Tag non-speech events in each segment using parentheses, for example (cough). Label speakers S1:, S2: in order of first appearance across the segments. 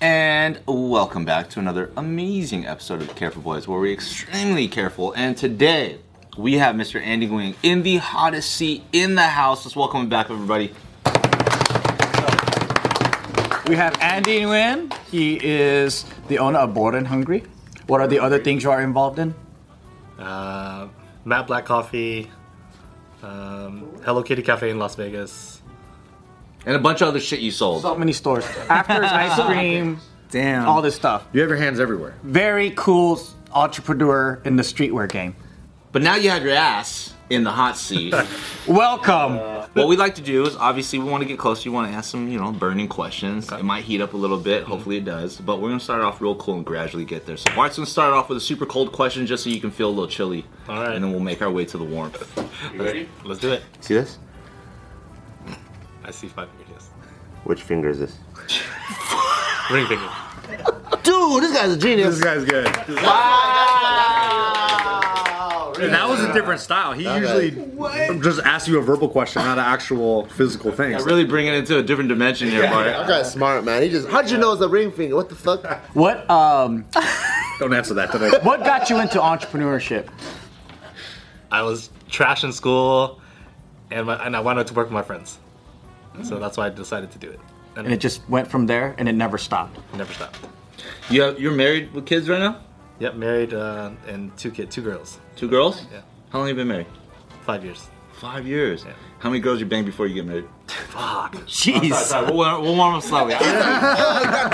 S1: And welcome back to another amazing episode of Careful Boys, where we're extremely careful. And today we have Mr. Andy Wing in the hottest seat in the house. Let's welcome him back, everybody.
S2: We have Andy Nguyen. He is the owner of Bored and Hungry. What are the other things you are involved in?
S3: uh, Matt Black Coffee, um, Hello Kitty Cafe in Las Vegas.
S1: And a bunch of other shit you sold.
S2: So many stores.
S1: (laughs)
S2: After ice cream,
S4: Damn.
S2: all this stuff.
S4: You have your hands everywhere.
S2: Very cool entrepreneur in the streetwear game.
S1: but now you have your ass in the hot seat.
S2: Welcome.
S1: what we like to do is obviously we want to get close. You want to ask some, you know, burning questions. It might heat up a little bit. Hopefully it does. But we're gonna start off real cool and gradually get there. So Bart's gonna start off with a super cold question just so you can feel a little chilly.
S3: All right.
S1: And then we'll make our way to the warmth.
S3: Let's do it.
S5: See this?
S3: I see five fingers. Yes.
S5: Which finger
S4: (laughs)
S5: is this?
S3: Ring finger.
S5: Dude, this guy's a genius.
S4: This guy's good. That was a different style. He usually just asks you a verbal question, not an actual physical thing.
S1: Really bringing it to a different dimension here, Bart.
S5: That guy's smart, man. He just, how'd you know it's a ring finger? What the fuck?
S2: What um
S4: Don't answer that today.
S2: what got you into entrepreneurship?
S3: I was trash in school, and my, and I wanted to work with my friends,
S4: Mm.
S3: so that's why I decided to do it, and
S2: And it
S3: it
S2: just went from there and it never stopped.
S3: never stopped.
S1: You have, you're married with kids right now?
S3: Yep, married uh, and two kid, two girls,
S1: Two girls?
S3: Yeah.
S1: How long have you been married?
S3: five years.
S1: Five years.
S3: Yeah.
S1: How many girls you banged before you get married?
S3: Fuck.
S2: Jeez.
S1: Sorry, Uh, we'll, we'll warm up slowly. I,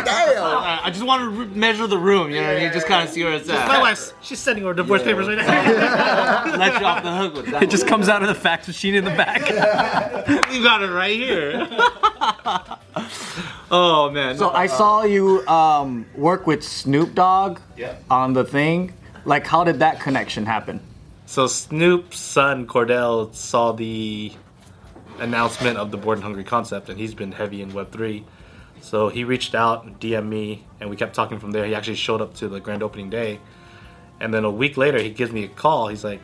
S5: Damn.
S1: I just want to re- measure the room, you know what I mean? Just kind of see where it's at.
S3: My wife's she's sending her divorce papers right now.
S1: Let you off the hook with that.
S2: It just comes out of the fax machine in
S1: (laughs)
S2: the back.
S1: we got it right (laughs) here. oh man.
S2: So I saw you um, work with Snoop Dogg
S3: Yeah.
S2: on the thing. Like, how did that connection happen?
S3: So Snoop's son Cordell saw the announcement of the Bored and Hungry concept, and he's been heavy in Web three. So he reached out, DM'd me, and we kept talking from there. He actually showed up to the grand opening day, and then a week later, he gives me a call. He's like,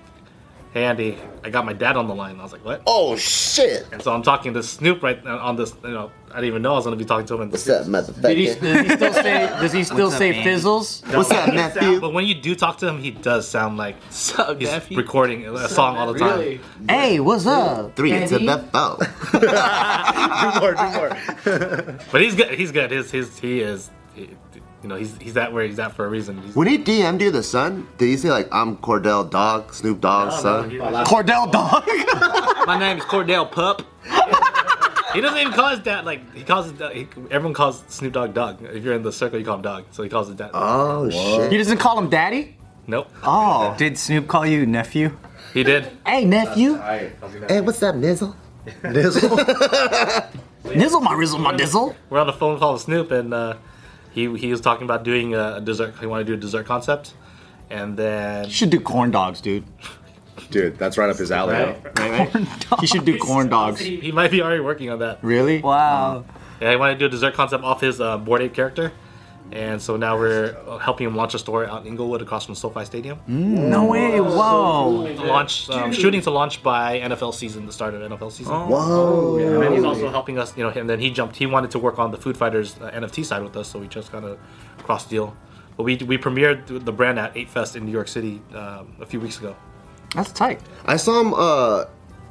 S3: "Hey Andy, I got my dad on the line." I was like, "What?"
S5: Oh, shit.
S3: And so I'm talking to Snoop right now on this. You know, I didn't even know I was gonna be talking to him. in
S5: What's up,
S2: Did he,
S5: motherfucker?
S2: does he still say? Does he still
S1: up,
S2: say
S1: man?
S2: fizzles?
S5: What's up, Matthew?
S3: But when you do talk to him, he does sound like
S1: Sup,
S3: he's
S1: Daffy?
S3: recording a song all the time.
S2: Hey, what's up?
S5: Three to
S2: Andy?
S5: the (laughs) four.
S4: do more, do more.
S3: But he's good. He's good. His his he is. He, you know, he's he's at where he's at for a reason. He's,
S5: When he DM'd you the son, did he say, like, I'm Cordell Dog, Snoop Dogg's son?
S2: Cordell Dog.
S1: My name is Cordell Pup.
S3: he doesn't even call his dad like he calls his dad. He, everyone calls Snoop Dogg Dog. If you're in the circle, you call him Dog. So he calls his dad.
S5: Oh,
S2: (laughs) he
S5: shit.
S2: doesn't call him daddy.
S3: nope.
S2: Oh,
S6: Did Snoop call you nephew?
S3: He did.
S2: hey nephew,
S5: Hey, what's up, Nizzle?
S2: nizzle my rizzle my dizzle.
S3: We're on the phone call with Snoop, and uh, he he was talking about doing a, a dessert. He wanted to do a dessert concept, and then
S2: You should do corn dogs, dude.
S4: Dude, that's right up his alley.
S2: You should (laughs) do corn dogs.
S3: he, he might be already working on that.
S2: Really?
S6: Wow.
S3: Yeah, he wanted to do a dessert concept off his uh, board ape character. And so now we're helping him launch a store out in Inglewood across from SoFi Stadium.
S6: No
S2: Mm.
S6: way. Whoa.
S3: launch um, shooting to launch by NFL season, the start of NFL season.
S1: Oh.
S5: Whoa.
S3: And then he's also helping us, you know. And then he jumped. He wanted to work on the Food Fighters uh, NFT side with us, so we just kind of cross deal. But we we premiered the brand at Eight Fest in New York City um, a few weeks ago.
S2: That's tight.
S5: I saw him. Uh,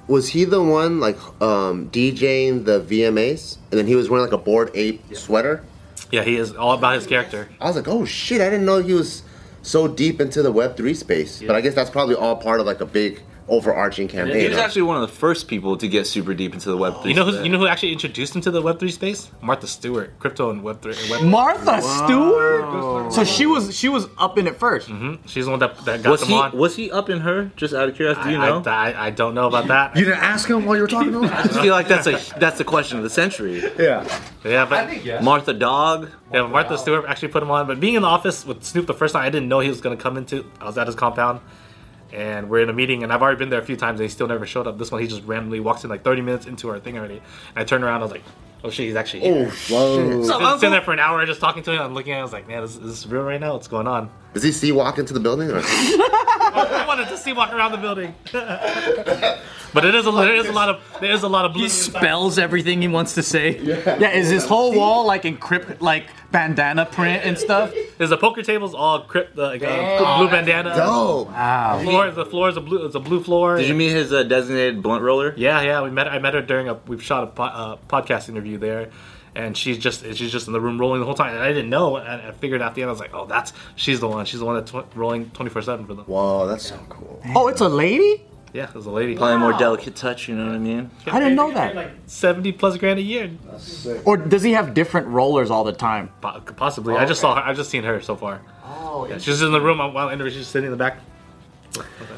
S5: was he the one like um, DJing the VMAs, and then he was wearing like a board ape sweater?
S3: Yeah, he is all about his character.
S5: I was like, oh shit! I didn't know he was so deep into the Web three space. But I guess that's probably all part of like a big overarching campaign.
S1: He was
S5: huh?
S1: actually one of the first people to get super deep into the web.
S3: You know who's, you know who actually introduced him to the Web three space? Martha Stewart, crypto and Web three. And Web-
S2: Martha Stewart. So she was she was up in it first.
S6: Mm-hmm.
S3: She's the one that, that got
S1: was
S3: them
S1: he
S3: on.
S1: was he up in her? Just out of curiosity, do you
S3: I-
S1: know?
S3: I, I, I don't know about that.
S4: You didn't ask him while you were talking to
S1: I
S6: (laughs)
S4: him?
S1: just feel like that's a that's the question of the century.
S4: yeah.
S3: yeah, but
S1: Martha Dog.
S3: Yeah, Martha Stewart actually put him on. But being in the office with Snoop the first time, I didn't know he was going to come into. I was at his compound, and we're in a meeting, and I've already been there a few times, and he still never showed up. This one, he just randomly walks in like 30 minutes into our thing already. And I turned around, I was like, oh shit, he's actually here.
S5: Whoa.
S1: Oh,
S3: I've been sitting there for an hour just talking to him. I'm looking at him, I was like, man, is, is this real right now? What's going on?
S5: Does he see walk into the building?
S1: (laughs)
S5: Or?
S3: I wanted to see walk around the building. (laughs) but it is a there is a lot of there is a lot of blue.
S6: He spells everything he wants to say.
S2: Yeah, is his whole wall like encrypt like bandana print and stuff?
S3: There's a poker tables all crypt like uh, blue bandana.
S5: oh,
S3: The floor the floor is a blue it's a blue floor.
S1: Did you meet his uh, designated blunt roller?
S3: Yeah, yeah. We met. I met her during a. We've shot a po- uh, podcast interview there, and she's just she's just in the room rolling the whole time. And I didn't know. And I figured out the end. I was like, oh, that's she's the one. She's the one that's tw- rolling twenty four seven for them.
S5: whoa, that's so cool.
S2: Oh, it's a lady?
S3: Yeah, it was a lady.
S1: Probably a more delicate touch, you know what I mean?
S2: I didn't know that.
S3: Like seventy plus grand a year,
S2: Or does he have different rollers all the time?
S3: Po- possibly. I just saw her. I've just seen her so far. Oh, yeah, she's in the room while interviewing. She's sitting in the back.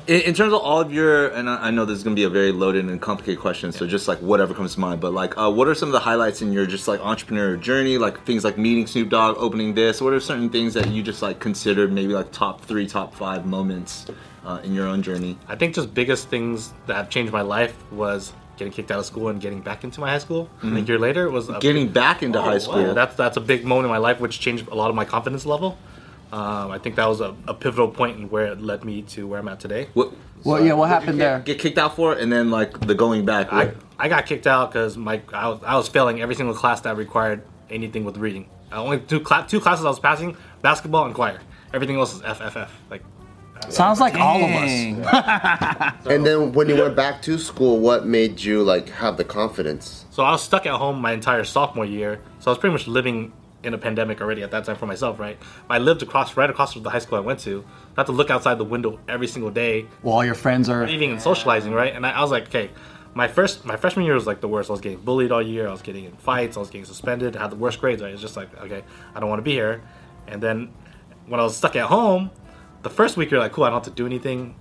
S1: In, in terms of all of your, and I I know this is gonna be a very loaded and complicated question, so just like whatever comes to mind. But like, uh, what are some of the highlights in your just like entrepreneur journey? Like things like meeting Snoop Dogg, opening this. What are certain things that you just like considered maybe like top three, top five moments uh, in your own journey?
S3: I think just biggest things that have changed my life was getting kicked out of school and getting back into my high school. A year later was a
S1: Getting back into high school.
S3: Yeah, Oh, that's that's a big moment in my life, which changed a lot of my confidence level. Um, I think that was a, a pivotal point in where it led me to where I'm at today.
S1: what,
S2: Well, yeah, what happened there?
S1: Get kicked out for it, and then like the going back.
S3: I,
S1: what-
S3: I got kicked out because my I was, I was failing every single class that required anything with reading. I only two cla- two classes I was passing: basketball and choir. Everything else is FFF. Like
S2: Sounds like all of us.
S6: Dang.
S5: And then when you went back to school, what made you like have the confidence?
S3: So I was stuck at home my entire sophomore year. So I was pretty much living in a pandemic already at that time for myself, right? I lived across right across from the high school I went to. I had to look outside the window every single day,
S2: Well, all your friends are.
S3: leaving and socializing, right? And I, I was like, okay, my first my freshman year was like the worst. I was getting bullied all year. I was getting in fights. I was getting suspended. I had the worst grades. I was just like, okay, I don't want to be here. And then when I was stuck at home, the first week you're like, cool, I don't have to do anything.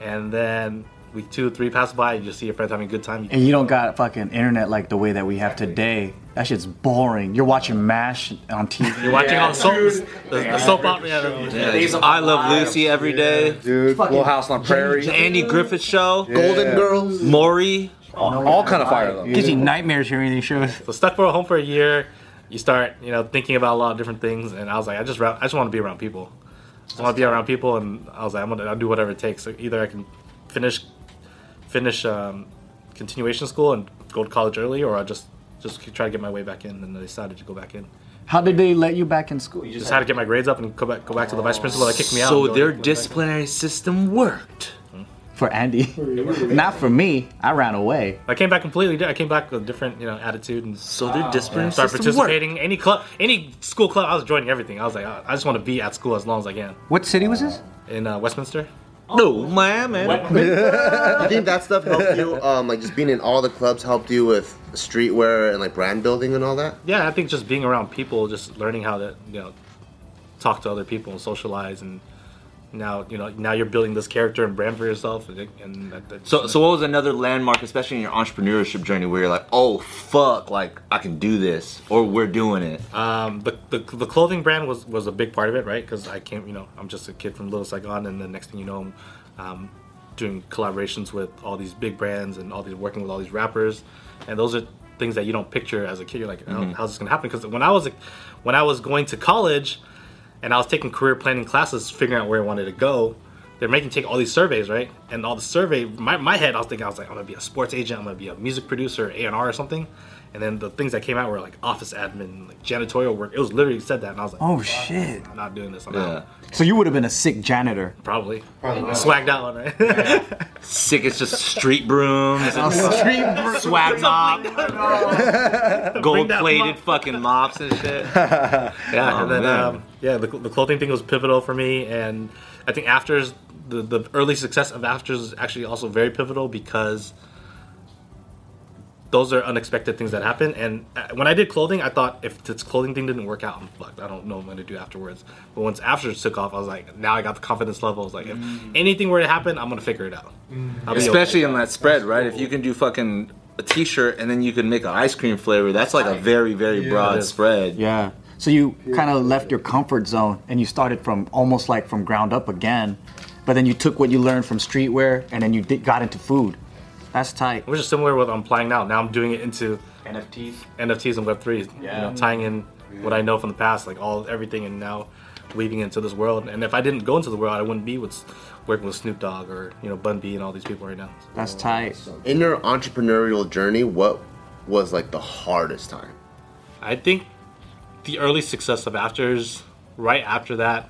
S3: And then week two, three pass by, you just see your friends having a good time.
S2: And you don't got fucking internet like the way that we have today. That shit's boring. You're watching MASH on TV.
S3: You're watching all the soap, the, the soap opera. Yeah,
S1: Yeah, I love Lucy every day.
S4: Dude, Little House on Prairie,
S1: The Andy Griffith Show.
S5: Golden Girls.
S1: Maury.
S4: all kind of fire though.
S6: Gives you nightmares hearing these shows.
S3: So stuck for home for a year, you start you know thinking about a lot of different things, and I was like, I just ra- I just want to be around people. I just want to be around people, and I was like, I'm gonna I'll do whatever it takes. So either I can finish finish um, continuation school and go to college early, or I just just try to get my way back in. And I decided to go back in.
S2: How did they let you back in school?
S3: Just had to get my grades up and go back go back to the vice principal that kicked me out.
S1: So
S3: Go-
S1: their
S3: go back.
S1: disciplinary system worked.
S2: For Andy. Not for me. I ran away.
S3: I came back completely. di- I came back with a different you know attitude and
S1: So their disciplinary
S3: Ah. start
S1: system worked.
S3: participating any club any school club i was joining everything i was like i I just want to be at school as long as i can
S6: What city was this?
S3: in uh, westminster
S1: No, man, man.
S5: I think that stuff helped
S1: (laughs)
S5: you. Um, like just being in all the clubs helped you with streetwear and like brand building and all that.
S3: yeah i think just being around people just learning how to you know talk to other people and socialize and now you know now you're building this character and brand for yourself and, and that, that-
S1: So, so what was another landmark, especially in your entrepreneurship journey, where you're like, oh fuck, like I can do this, or we're doing it.
S3: um, the, the, the clothing brand was, was a big part of it, right? Because I came, you know, I'm just a kid from Little Saigon, and the next thing you know, I'm um, doing collaborations with all these big brands and all these working with all these rappers, and those are things that you don't picture as a kid. You're like, oh,
S1: Mm-hmm.
S3: how's this gonna happen? Because when I was when I was going to college, and I was taking career planning classes, figuring out where I wanted to go. They're making you take all these surveys, right? And all the survey, my, my head, I was thinking, I was like, I'm gonna be a sports agent, I'm gonna be a music producer, A and R or something. And then the things that came out were like office admin, like janitorial work. It was literally said that, and I was like,
S6: Oh shit.
S3: I'm not doing this. I'm
S1: Yeah.
S3: out.
S2: So you would have been a sick janitor.
S3: Probably. Swagged out, right?
S1: Sick, it's just street brooms, and
S3: (laughs)
S1: swag mop,
S3: (laughs)
S1: gold plated
S3: mop.
S1: fucking mops and
S3: (laughs)
S1: shit.
S3: Yeah,
S1: Oh,
S3: and then
S1: man.
S3: um, yeah, the, the clothing thing was pivotal for me, and I think afters the the early success of afters is actually also very pivotal because those are unexpected things that happen. And uh, when I did clothing, I thought if this clothing thing didn't work out, I'm fucked. I don't know what I'm gonna do afterwards. But once afters took off, I was like, now I got the confidence level. I was like, if anything were to happen, I'm gonna figure it out. I'll be okay.
S1: Mm. Especially in that spread, right? If you can do fucking a t-shirt and then you can make an ice cream flavor, that's like a very, very broad
S3: is.
S1: spread.
S2: Yeah. So you kind of left your comfort zone and you started from almost like from ground up again. But then you took what you learned from streetwear and then you did, got into food. That's tight.
S3: which is similar with what I'm applying now. Now I'm doing it into NFTs and Web3, you know, tying in what I know from the past, like all everything, and now leading into this world. And if I didn't go into the world, I wouldn't be with working with Snoop Dogg or you know Bun B and all these people right now.
S2: That's tight.
S5: In your entrepreneurial journey, what was like the hardest time?
S3: I think the early success of Afters, right after that,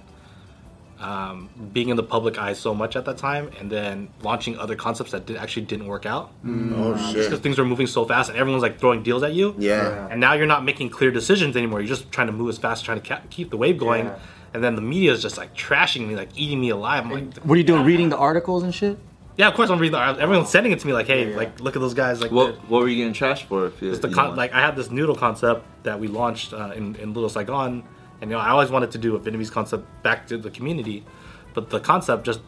S3: um, being in the public eye so much at that time, and then launching other concepts that did, actually didn't work out
S5: Oh
S3: because
S5: shit!
S3: things were moving so fast and everyone's like throwing deals at you.
S5: Yeah.
S3: And now you're not making clear decisions anymore. You're just trying to move as fast, trying to ca- keep the wave going.
S7: Yeah.
S3: And then the media is just like trashing me, like eating me alive. I'm like,
S2: What are you doing? Reading the articles and shit?
S3: yeah, of course I'm reading. The, everyone's sending it to me, like, hey, like look at those guys, like.
S1: What
S3: they're-
S1: what were you getting trashed for? If you,
S3: It's the
S1: you
S3: con-
S1: know?
S3: like I had this noodle concept that we launched uh, in in Little Saigon, and you know I always wanted to do a Vietnamese concept back to the community, but the concept just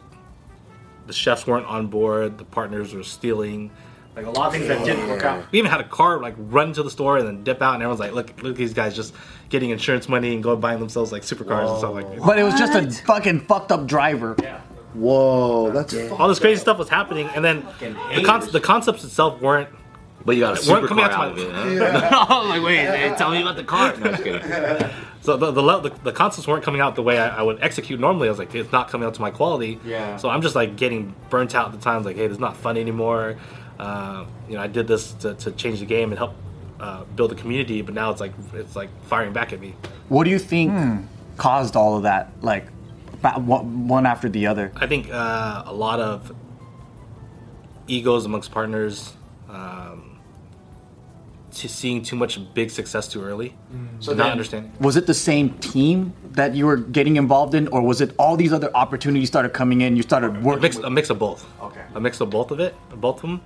S3: the chefs weren't on board, the partners were stealing. Like a lot of things that didn't work out. We even had a car like run to the store and then dip out, and everyone's like, "Look, look, at these guys just getting insurance money and going buying themselves like supercars and stuff like that."
S2: But it was just a fucking fucked up driver.
S5: Whoa, that's
S3: All this crazy stuff was happening, and then the, con- the concepts
S6: (laughs)
S3: itself weren't
S1: but you got a super
S3: weren't coming
S1: car
S3: out to
S1: out of
S3: my-
S1: it.
S3: (laughs)
S1: huh?
S6: like, wait, they tell me about the car.
S1: No, I'm just kidding.
S3: So the the, le- the the concepts weren't coming out the way I, I would execute normally. I was like, it's not coming out to my quality.
S7: Yeah.
S3: So I'm just like getting burnt out at the times. Like, hey, this is not fun anymore. Uh, you know, I did this to, to change the game and help uh, build a community, but now it's like it's like firing back at me.
S2: What do you think caused all of that? Like, ba- one one after the other.
S3: I think uh, a lot of egos amongst partners, um, to seeing too much big success too early,
S7: So
S3: not
S7: then-
S3: understanding.
S2: Was it the same team that you were getting involved in, or was it all these other opportunities started coming in? You started
S3: a
S2: working.
S3: mix, a mix of both.
S7: Okay.
S3: A mix of both of it, both of them,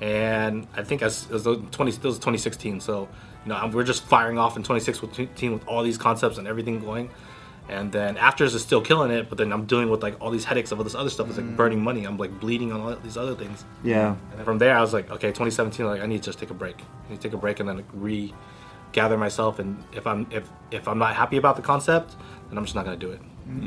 S3: and I think as, as those twenty, it was twenty sixteen. So you know, I'm, we're just firing off in twenty sixteen with all these concepts and everything going, and then afters is still killing it, but then I'm dealing with like all these headaches of all this other stuff. It's like burning money. I'm like bleeding on all these other things.
S2: Yeah.
S3: And from there, I was like, okay, 2017, like I need to just take a break. I need to take a break and then like, regather myself. And if I'm if if I'm not happy about the concept, then I'm just not gonna do it.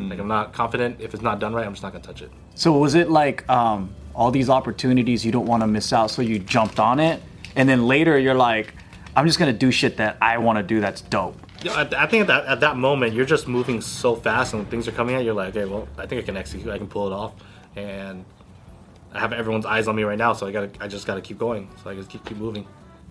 S3: Like I'm not confident. If it's not done right, I'm just not gonna touch it.
S2: So was it like um, all these opportunities you don't want to miss out, so you jumped on it, and then later you're like, I'm just gonna do shit that I want to do. That's dope.
S3: Yeah, I, I think at that, at that moment you're just moving so fast and things are coming at you. You're like, okay, well, I think I can execute. I can pull it off, and I have everyone's eyes on me right now. So I got to I just got to keep going. So I just keep keep moving.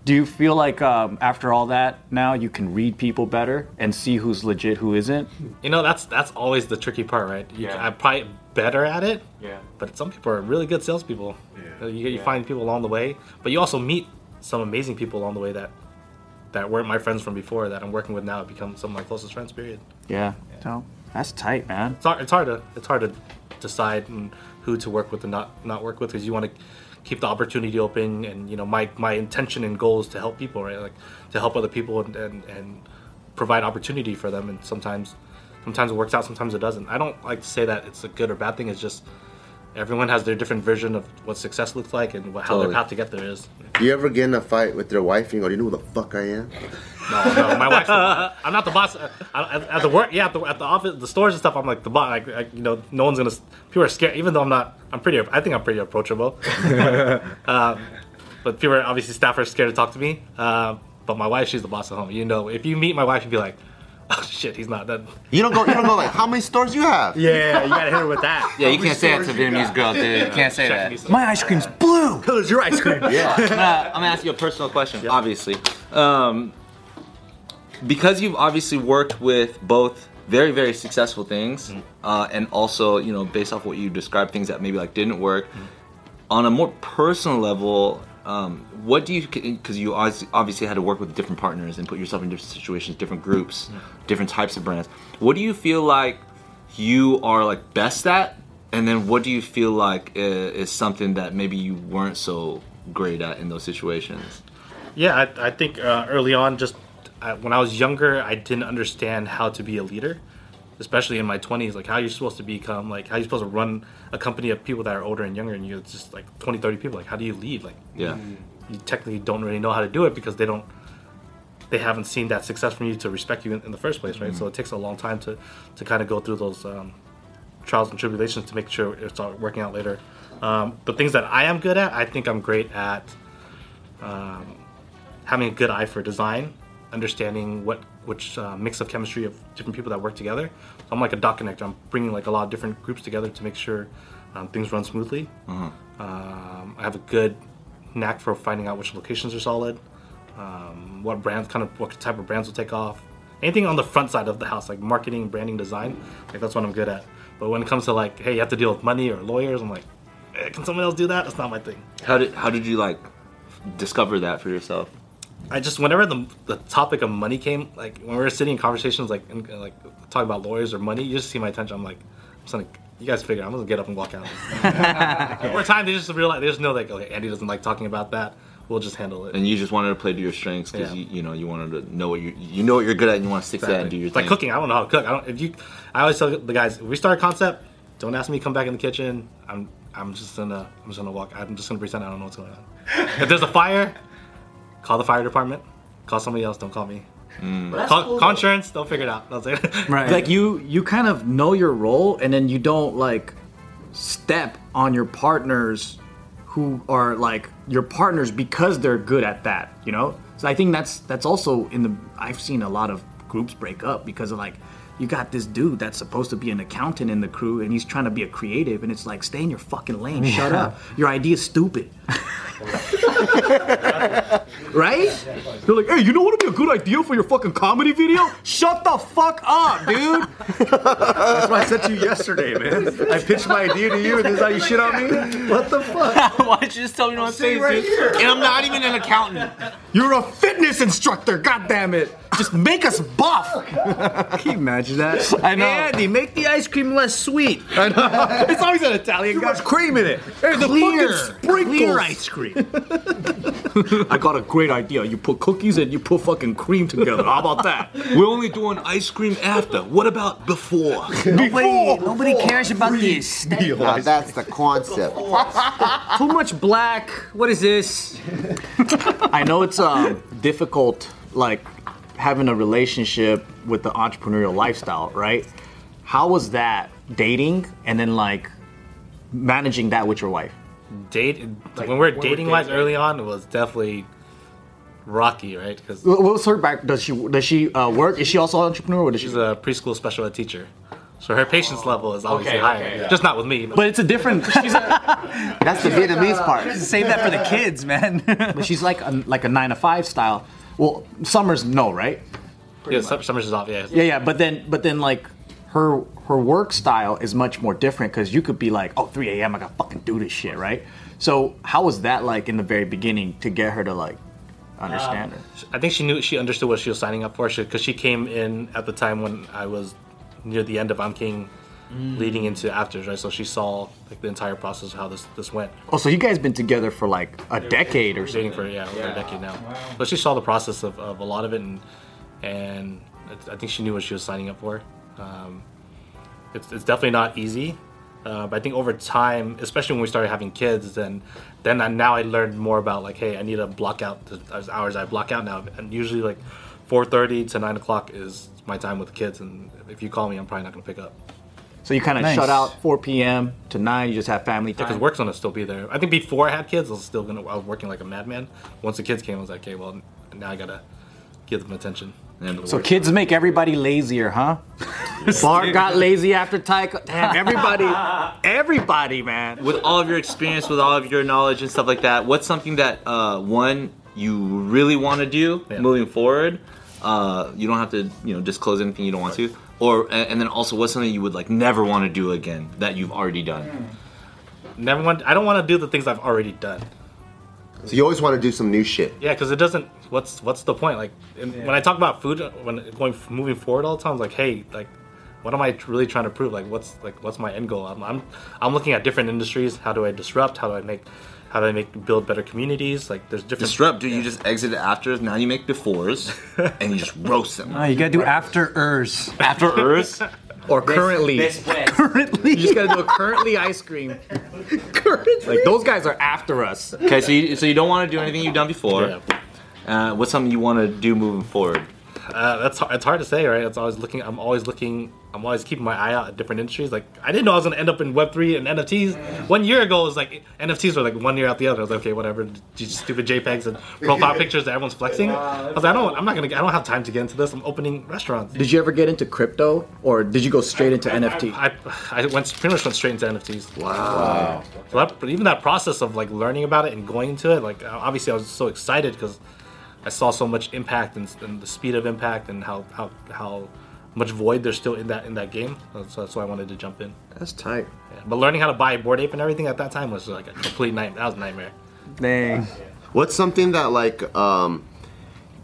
S2: Do you feel like um, after all that now you can read people better and see who's legit, who isn't?
S3: You know, that's that's always the tricky part, right? You,
S7: Yeah.
S3: I'm probably better at it,
S7: Yeah.
S3: but some people are really good salespeople.
S4: Yeah.
S3: You, you
S7: Yeah.
S3: find people along the way, but you also meet some amazing people along the way that that weren't my friends from before that I'm working with now. Have become some of my closest friends. Period.
S2: Yeah. So that's tight, man.
S3: it's hard, it's hard to it's hard to decide and who to work with and not not work with because you want to keep the opportunity open and you know my my intention and goal is to help people right like to help other people and and, and provide opportunity for them and sometimes sometimes it works out sometimes it doesn't i don't like to say that it's a good or bad thing it's just everyone has their different version of what success looks like and what, how
S1: Totally.
S3: their path to get there is
S5: Do you ever get in a fight with your wife and you go, "Do you know who the fuck I am?"
S3: No, no, my wife's. The, I'm not the boss. I, I, at the work, yeah, at the, at the office, the stores and stuff, I'm like the boss. Like, like you know, no one's gonna. People are scared, even though I'm not. I'm pretty. I think I'm pretty approachable. um, but people, are, obviously, staff are scared to talk to me. Uh, but my wife, she's the boss at home. You know, if you meet my wife, you'd be like, (laughs) "Oh shit, he's not that."
S5: You don't go. You don't go like, "How many stores you have?"
S3: Yeah, you gotta hit her with (laughs) that.
S1: Yeah, you can't say that to a Vietnamese girl, dude. You can't say that.
S2: My ice cream's blue.
S5: Cause your ice cream. Yeah.
S1: Uh, I'm gonna ask you a personal question, obviously. Um, because you've obviously worked with both very, very successful things, uh, and also, you know, based off what you described, things that maybe like didn't work. On a more personal level, um, what do you? Because you obvi- obviously had to work with different partners and put yourself in different situations, different groups, different types of brands. What do you feel like you are like best at? And then what do you feel like i- is something that maybe you weren't so great at in those situations?
S3: Yeah, I, I think uh, early on, just uh, when I was younger, I didn't understand how to be a leader, especially in my twenties. Like how you're supposed to become, like how you're supposed to run a company of people that are older and younger, and you it's just like 20, 30 people. Like how do you lead? Like
S1: Yeah.
S3: you technically don't really know how to do it because they don't they haven't seen that success from you to respect you in, in the first place right so it takes a long time to to kind of go through those um, trials and tribulations to make sure it's all working out later um, the things that i am good at i think i'm great at um, having a good eye for design understanding what which uh, mix of chemistry of different people that work together. So I'm like a dot connector. I'm bringing like a lot of different groups together to make sure um, things run smoothly. Um, I have a good knack for finding out which locations are solid, um, what brands kind of what type of brands will take off. Anything on the front side of the house, like marketing, branding, design, like that's what I'm good at. But when it comes to like, hey, you have to deal with money or lawyers, I'm like, eh, can someone else do that? That's not my thing.
S1: How did how did you like discover that for yourself?
S3: I just whenever the, the topic of money came, like when we were sitting in conversations, like and, uh, like talking about lawyers or money, you just see my attention. I'm like, I'm just gonna, you guys figure. I'm gonna get up and walk out. Over time, they just realize they just know like, okay, Andy doesn't like talking about that. We'll just handle it.
S1: And you just wanted to play to your strengths because
S3: Yeah.
S1: you, you know you wanted to know what you you know what you're good at and you want to stick to that and do
S3: Exactly.
S1: your
S3: It's like
S1: thing.
S3: cooking. I don't know how to cook. I don't. If you, I always tell the guys, if we start a concept, don't ask me to come back in the kitchen. I'm I'm just gonna I'm just gonna walk. I'm just gonna pretend I don't know what's going on. if there's a fire, call the fire department. Call somebody else. Don't call me. Call, call insurance. They'll figure it out. That's (laughs) it.
S2: Right. Like you you kind of know your role and then you don't like step on your partners who are like your partners because they're good at that, you know? So I think that's that's also in the I've seen a lot of groups break up because of like you got this dude that's supposed to be an accountant in the crew and he's trying to be a creative and it's like stay in your fucking lane, shut up. Your idea's stupid. right? They're like, hey, you know what would be a good idea for your fucking comedy video? Shut the fuck up, dude.
S4: That's what I said to you yesterday, man. I pitched my idea to you, and this is how you shit on me. What the fuck?
S6: Why don't you just tell me what I'm saying, dude?
S3: (laughs)
S6: And I'm not even (laughs) an accountant.
S2: You're a fitness instructor, God damn it! Just make us buff! Can you imagine that? I know. Andy, make the ice cream less sweet. I know. It's always an Italian guy.
S4: There's cream in it.
S2: Hey, the
S6: Clear.
S2: Clear ice cream. (laughs) I got a great idea. You put cookies and you put fucking cream together. How about that?
S1: We're only doing ice cream after. What about
S3: (laughs)
S1: before?
S7: Nobody, nobody cares about this.
S5: Now that's the concept.
S7: Too much black. What is this?
S2: I know it's um, difficult, like having a relationship with the entrepreneurial lifestyle, right? How was that dating and then like managing that with your wife?
S3: date like, when we're dating wise early on it was definitely rocky right because
S2: What was her back? Does she does she uh, work? Is she also an entrepreneur? Or does she?
S3: she's a preschool special ed teacher so her patience
S6: Oh.
S3: level is obviously higher just not with me but,
S2: But it's a different. She's a, (laughs)
S5: That's the Vietnamese part.
S7: Save that for the kids, man.
S2: but she's like a, like a nine to five style. Well, summers no, right?
S3: yeah, some, summers is off yeah,
S2: Yeah, yeah. But then but then like her her work style is much more different because you could be like, oh, 3 a.m. I got to fucking do this shit, right? So how was that like in the very beginning to get her to like understand her?
S3: i think she knew she understood what she was signing up for because she came in at the time when i was near the end of i'm king leading into afters right so she saw like the entire process of how this this went
S2: Oh, so you guys been together for like a decade or something?
S3: dating for yeah, over a decade now. But she saw the process of, of a lot of it, and and I th- I think she knew what she was signing up for. Um, it's, it's definitely not easy, uh, but I think over time, especially when we started having kids, then then I, now I learned more about like, hey, I need to block out the those hours I block out now, and usually like. 4:30 to 9 o'clock is my time with the kids, and if you call me, I'm probably not gonna pick up
S2: So you kind of
S7: Nice.
S2: shut out 4 p.m. to 9. You just have family
S3: because
S2: time.
S3: work's gonna still be there. I think before I had kids, I was still gonna I was working like a madman. Once the kids came, I was like, okay, well now I gotta give them attention.
S1: And
S2: So kids make everybody lazier, huh? Bart got lazy after Tycho. Damn, everybody, everybody, man.
S1: with all of your experience, with all of your knowledge and stuff like that, what's something that uh, one you really want to do
S3: Yeah.
S1: moving forward? Uh, you don't have to, you know, disclose anything you don't want to, or and and then also what's something you would like never want to do again that you've already done.
S3: Never want I don't want to do the things I've already done.
S5: So you always want to do some new shit.
S3: Yeah, because it doesn't. What's what's the point? Like in, when I talk about food, when going moving forward all the time, I'm like, hey, like, what am I really trying to prove? Like, what's like what's my end goal? I'm I'm, I'm looking at different industries. How do I disrupt? How do I make how do I make build better communities? Like, there's different
S1: Disrupt, dude. You just exit afters. Now you make
S3: (laughs)
S1: befores, and you just roast them.
S7: you gotta do after ers.
S1: After
S3: (laughs)
S1: Earth,
S2: Or currently, (laughs) currently, you just gotta do a currently ice cream. currently, like those guys are after us.
S1: okay. So you, so you don't want to do anything you've done before.
S3: Yeah.
S1: Uh, what's something you want to do moving forward?
S3: Uh, that's hard, it's hard to say, right? It's always looking. I'm always looking. I'm always keeping my eye out at different industries. Like I didn't know I was gonna end up in Web three and NFTs. One year ago, it was like NFTs were like one year out the other. I was like, okay, whatever. These stupid JPEGs and profile pictures that everyone's flexing. I was like, I don't. I'm not gonna. I don't have time to get into this. I'm opening restaurants.
S2: Did you ever get into crypto, or did you go straight into NFT?
S3: I, I went pretty much went straight into NFTs. Wow. So that, but even that process of like learning about it and going into it, like uh, obviously I was so excited because I saw so much impact and, and the speed of impact and how how how much void there's still in that in that game. So that's why I wanted to jump in.
S2: That's tight.
S3: Yeah. But learning how to buy a board ape and everything at that time was like a complete night. That was a nightmare.
S7: Dang.
S5: What's something that like um,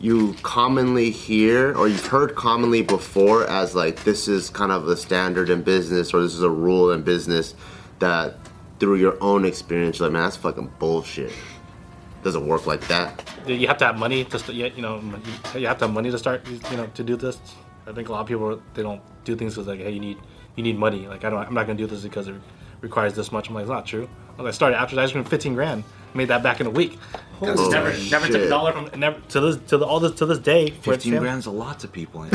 S5: you commonly hear or you've heard commonly before as like this is kind of a standard in business or this is a rule in business that through your own experience you're like man that's fucking bullshit. Doesn't work like that.
S3: You have to have money to st- you you know you- you have to have money to start you know to do this. I think a lot of people they don't do things because like hey you need you need money. Like I don't I'm not gonna do this because it requires this much. I'm like it's not true. Like, I started after ice cream 15 grand. Made that back in a week.
S5: Oh,
S3: never, never took a
S5: shit.
S3: dollar from never to this to the, all this to this day. where it's
S1: Fifteen
S3: family-
S1: grand's a lot to people.
S5: He's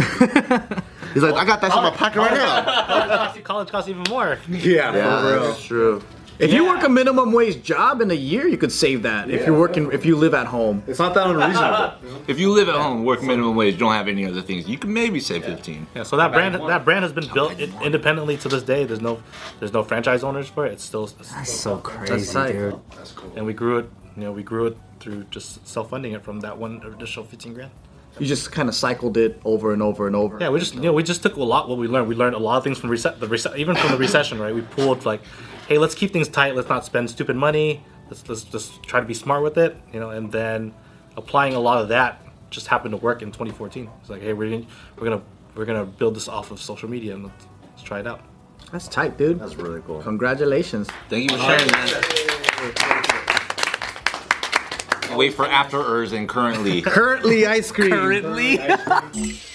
S5: like, I got that shit in my pocket right now.
S3: College- (laughs) College costs even more.
S4: Yeah,
S5: Yeah,
S4: for real.
S5: that's true.
S2: If you work a minimum wage job in a year, you could save that. If you're working, if you live at home,
S4: It's not that unreasonable.
S1: if you live at home, work minimum wage, don't have any other things, you can maybe say fifteen.
S3: Yeah, so that brand that brand has been built in- independently to this day. There's no there's no franchise owners for it. It's still it's
S7: That's so
S3: still
S7: crazy,
S2: tight.
S7: dude.
S3: and we grew it. You know, we grew it through just self funding it from that one additional 15 grand.
S2: you just kind of cycled it over and over and over.
S3: Yeah, we just you know we just took a lot what we learned. We learned a lot of things from reset the reset even from the recession, right? We pulled like, hey, let's keep things tight. Let's not spend stupid money. Let's let's just try to be smart with it, you know. And then applying a lot of that just happened to work in 2014. It's like, hey, we're gonna we're gonna we're gonna build this off of social media and let's, let's try it out.
S2: That's tight, dude.
S5: That's really cool.
S2: Congratulations.
S1: Thank you for sharing that. Wait for after hours and currently.
S2: Currently, ice cream.
S7: Currently,